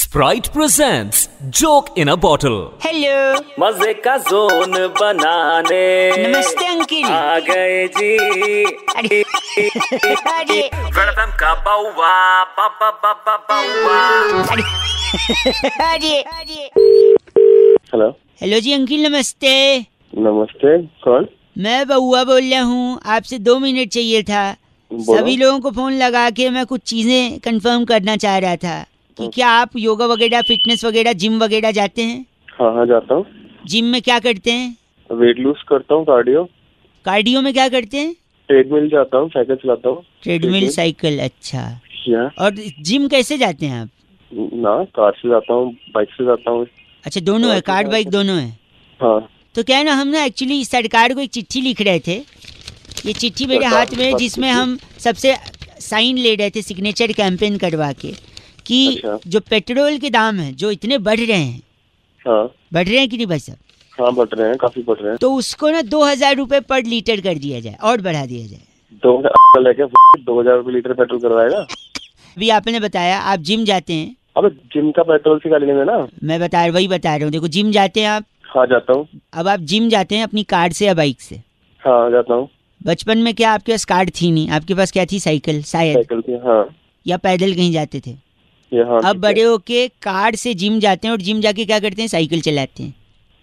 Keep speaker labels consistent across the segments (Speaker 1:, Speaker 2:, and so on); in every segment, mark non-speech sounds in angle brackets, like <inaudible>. Speaker 1: Sprite presents Joke in a Bottle.
Speaker 2: Hello
Speaker 3: मजे का zone बनाने
Speaker 2: नमस्ते अंकिल
Speaker 3: आ गए जी
Speaker 2: अरे अरे
Speaker 3: वेलकम का बउआ बाबा बाबा बउआ
Speaker 2: अरे अरे
Speaker 4: हेलो
Speaker 2: हेलो जी अंकिल नमस्ते
Speaker 4: नमस्ते कौन
Speaker 2: मैं बउआ बोल रहा हूँ आपसे दो मिनट चाहिए था
Speaker 4: बोलो।
Speaker 2: सभी लोगों को फोन लगा के मैं कुछ चीजें कंफर्म करना चाह रहा था कि क्या आप योगा वगैरह फिटनेस वगैरह जिम वगैरह जाते हैं
Speaker 4: हाँ हाँ जाता हूँ
Speaker 2: जिम में क्या करते हैं
Speaker 4: वेट लूज करता हूँ कार्डियो
Speaker 2: कार्डियो में क्या करते हैं
Speaker 4: ट्रेडमिल जाता हूँ साइकिल चलाता हूँ
Speaker 2: ट्रेडमिल
Speaker 4: ट्रेडमिल?
Speaker 2: साइकिल अच्छा
Speaker 4: या
Speaker 2: और जिम कैसे जाते हैं आप
Speaker 4: ना कार से जाता हूँ बाइक से जाता हूँ
Speaker 2: अच्छा दोनों है कार्ड बाइक दोनों है
Speaker 4: हाँ
Speaker 2: तो क्या है ना हम ना एक्चुअली सरकार को एक चिट्ठी लिख रहे थे ये चिट्ठी मेरे
Speaker 4: सरकार
Speaker 2: हाथ में है
Speaker 4: पर
Speaker 2: जिसमें
Speaker 4: चिट्ठी?
Speaker 2: हम सबसे साइन ले रहे थे सिग्नेचर कैंपेन करवा के कि
Speaker 4: अच्छा।
Speaker 2: जो पेट्रोल के दाम हैं जो इतने बढ़ रहे हैं
Speaker 4: हाँ
Speaker 2: बढ़ रहे हैं कि नहीं भाई साहब
Speaker 4: हाँ बढ़ रहे हैं काफी बढ़ रहे हैं
Speaker 2: तो उसको ना दो हजार रुपये पर लीटर कर दिया जाए और बढ़ा दिया जाए
Speaker 4: दो हजार लेके दो हजार रूपए लीटर पेट्रोल करवाएगा
Speaker 2: अभी आपने बताया आप जिम जाते हैं
Speaker 4: अब जिम का पेट्रोल से गाड़ी लेंगे ना
Speaker 2: मैं बता वही बता रहा हूँ देखो जिम जाते हैं आप
Speaker 4: हाँ जाता हूँ
Speaker 2: अब आप जिम जाते हैं अपनी कार से या बाइक से
Speaker 4: हाँ जाता हूँ
Speaker 2: बचपन में क्या आपके पास कार थी नहीं आपके पास क्या थी साइकिल शायद
Speaker 4: साइकिल से हाँ
Speaker 2: या पैदल कहीं जाते थे
Speaker 4: ये हाँ
Speaker 2: अब
Speaker 4: ठीक है।
Speaker 2: बड़े होके कार से जिम जाते हैं और जिम जाके क्या करते हैं साइकिल चलाते हैं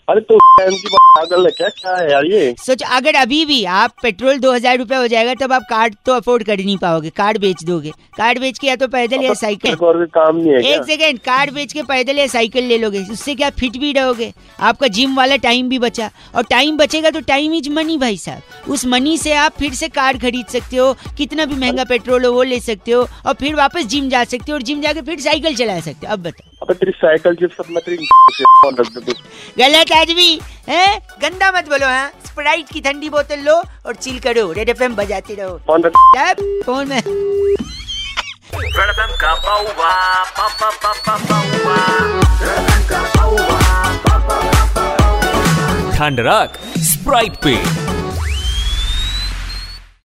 Speaker 4: अरे तो टाइम की बात पागल है क्या क्या है यार ये
Speaker 2: सोच अगर अभी भी आप पेट्रोल दो हजार रुपया हो जाएगा तब आप कार तो अफोर्ड कर ही नहीं पाओगे कार बेच दोगे कार बेच के या तो पैदल या साइकिल
Speaker 4: तेरे को और कोई काम नहीं है
Speaker 2: एक
Speaker 4: क्या
Speaker 2: सेकेंड कार बेच के पैदल या साइकिल ले लोगे उससे क्या फिट भी रहोगे आपका जिम वाला टाइम भी बचा और टाइम बचेगा तो टाइम इज मनी भाई साहब उस मनी से आप फिर से कार खरीद सकते हो कितना भी महंगा पेट्रोल हो वो ले सकते हो और फिर वापस जिम जा सकते हो और जिम जाके फिर साइकिल चला सकते हो अब बताओ
Speaker 4: अबे तेरी साइकिल जिप सब मैं तेरी <laughs> फोन रख दूँ
Speaker 2: गलत आदमी है गंदा मत बोलो हाँ स्प्राइट की ठंडी बोतल लो और चिल करो रेड एफएम बजाते रहो
Speaker 4: फोन रख
Speaker 2: तब फोन में
Speaker 3: वेलकम का बउआ बाबा बाबा बउआ
Speaker 1: Thandarak Sprite Pay.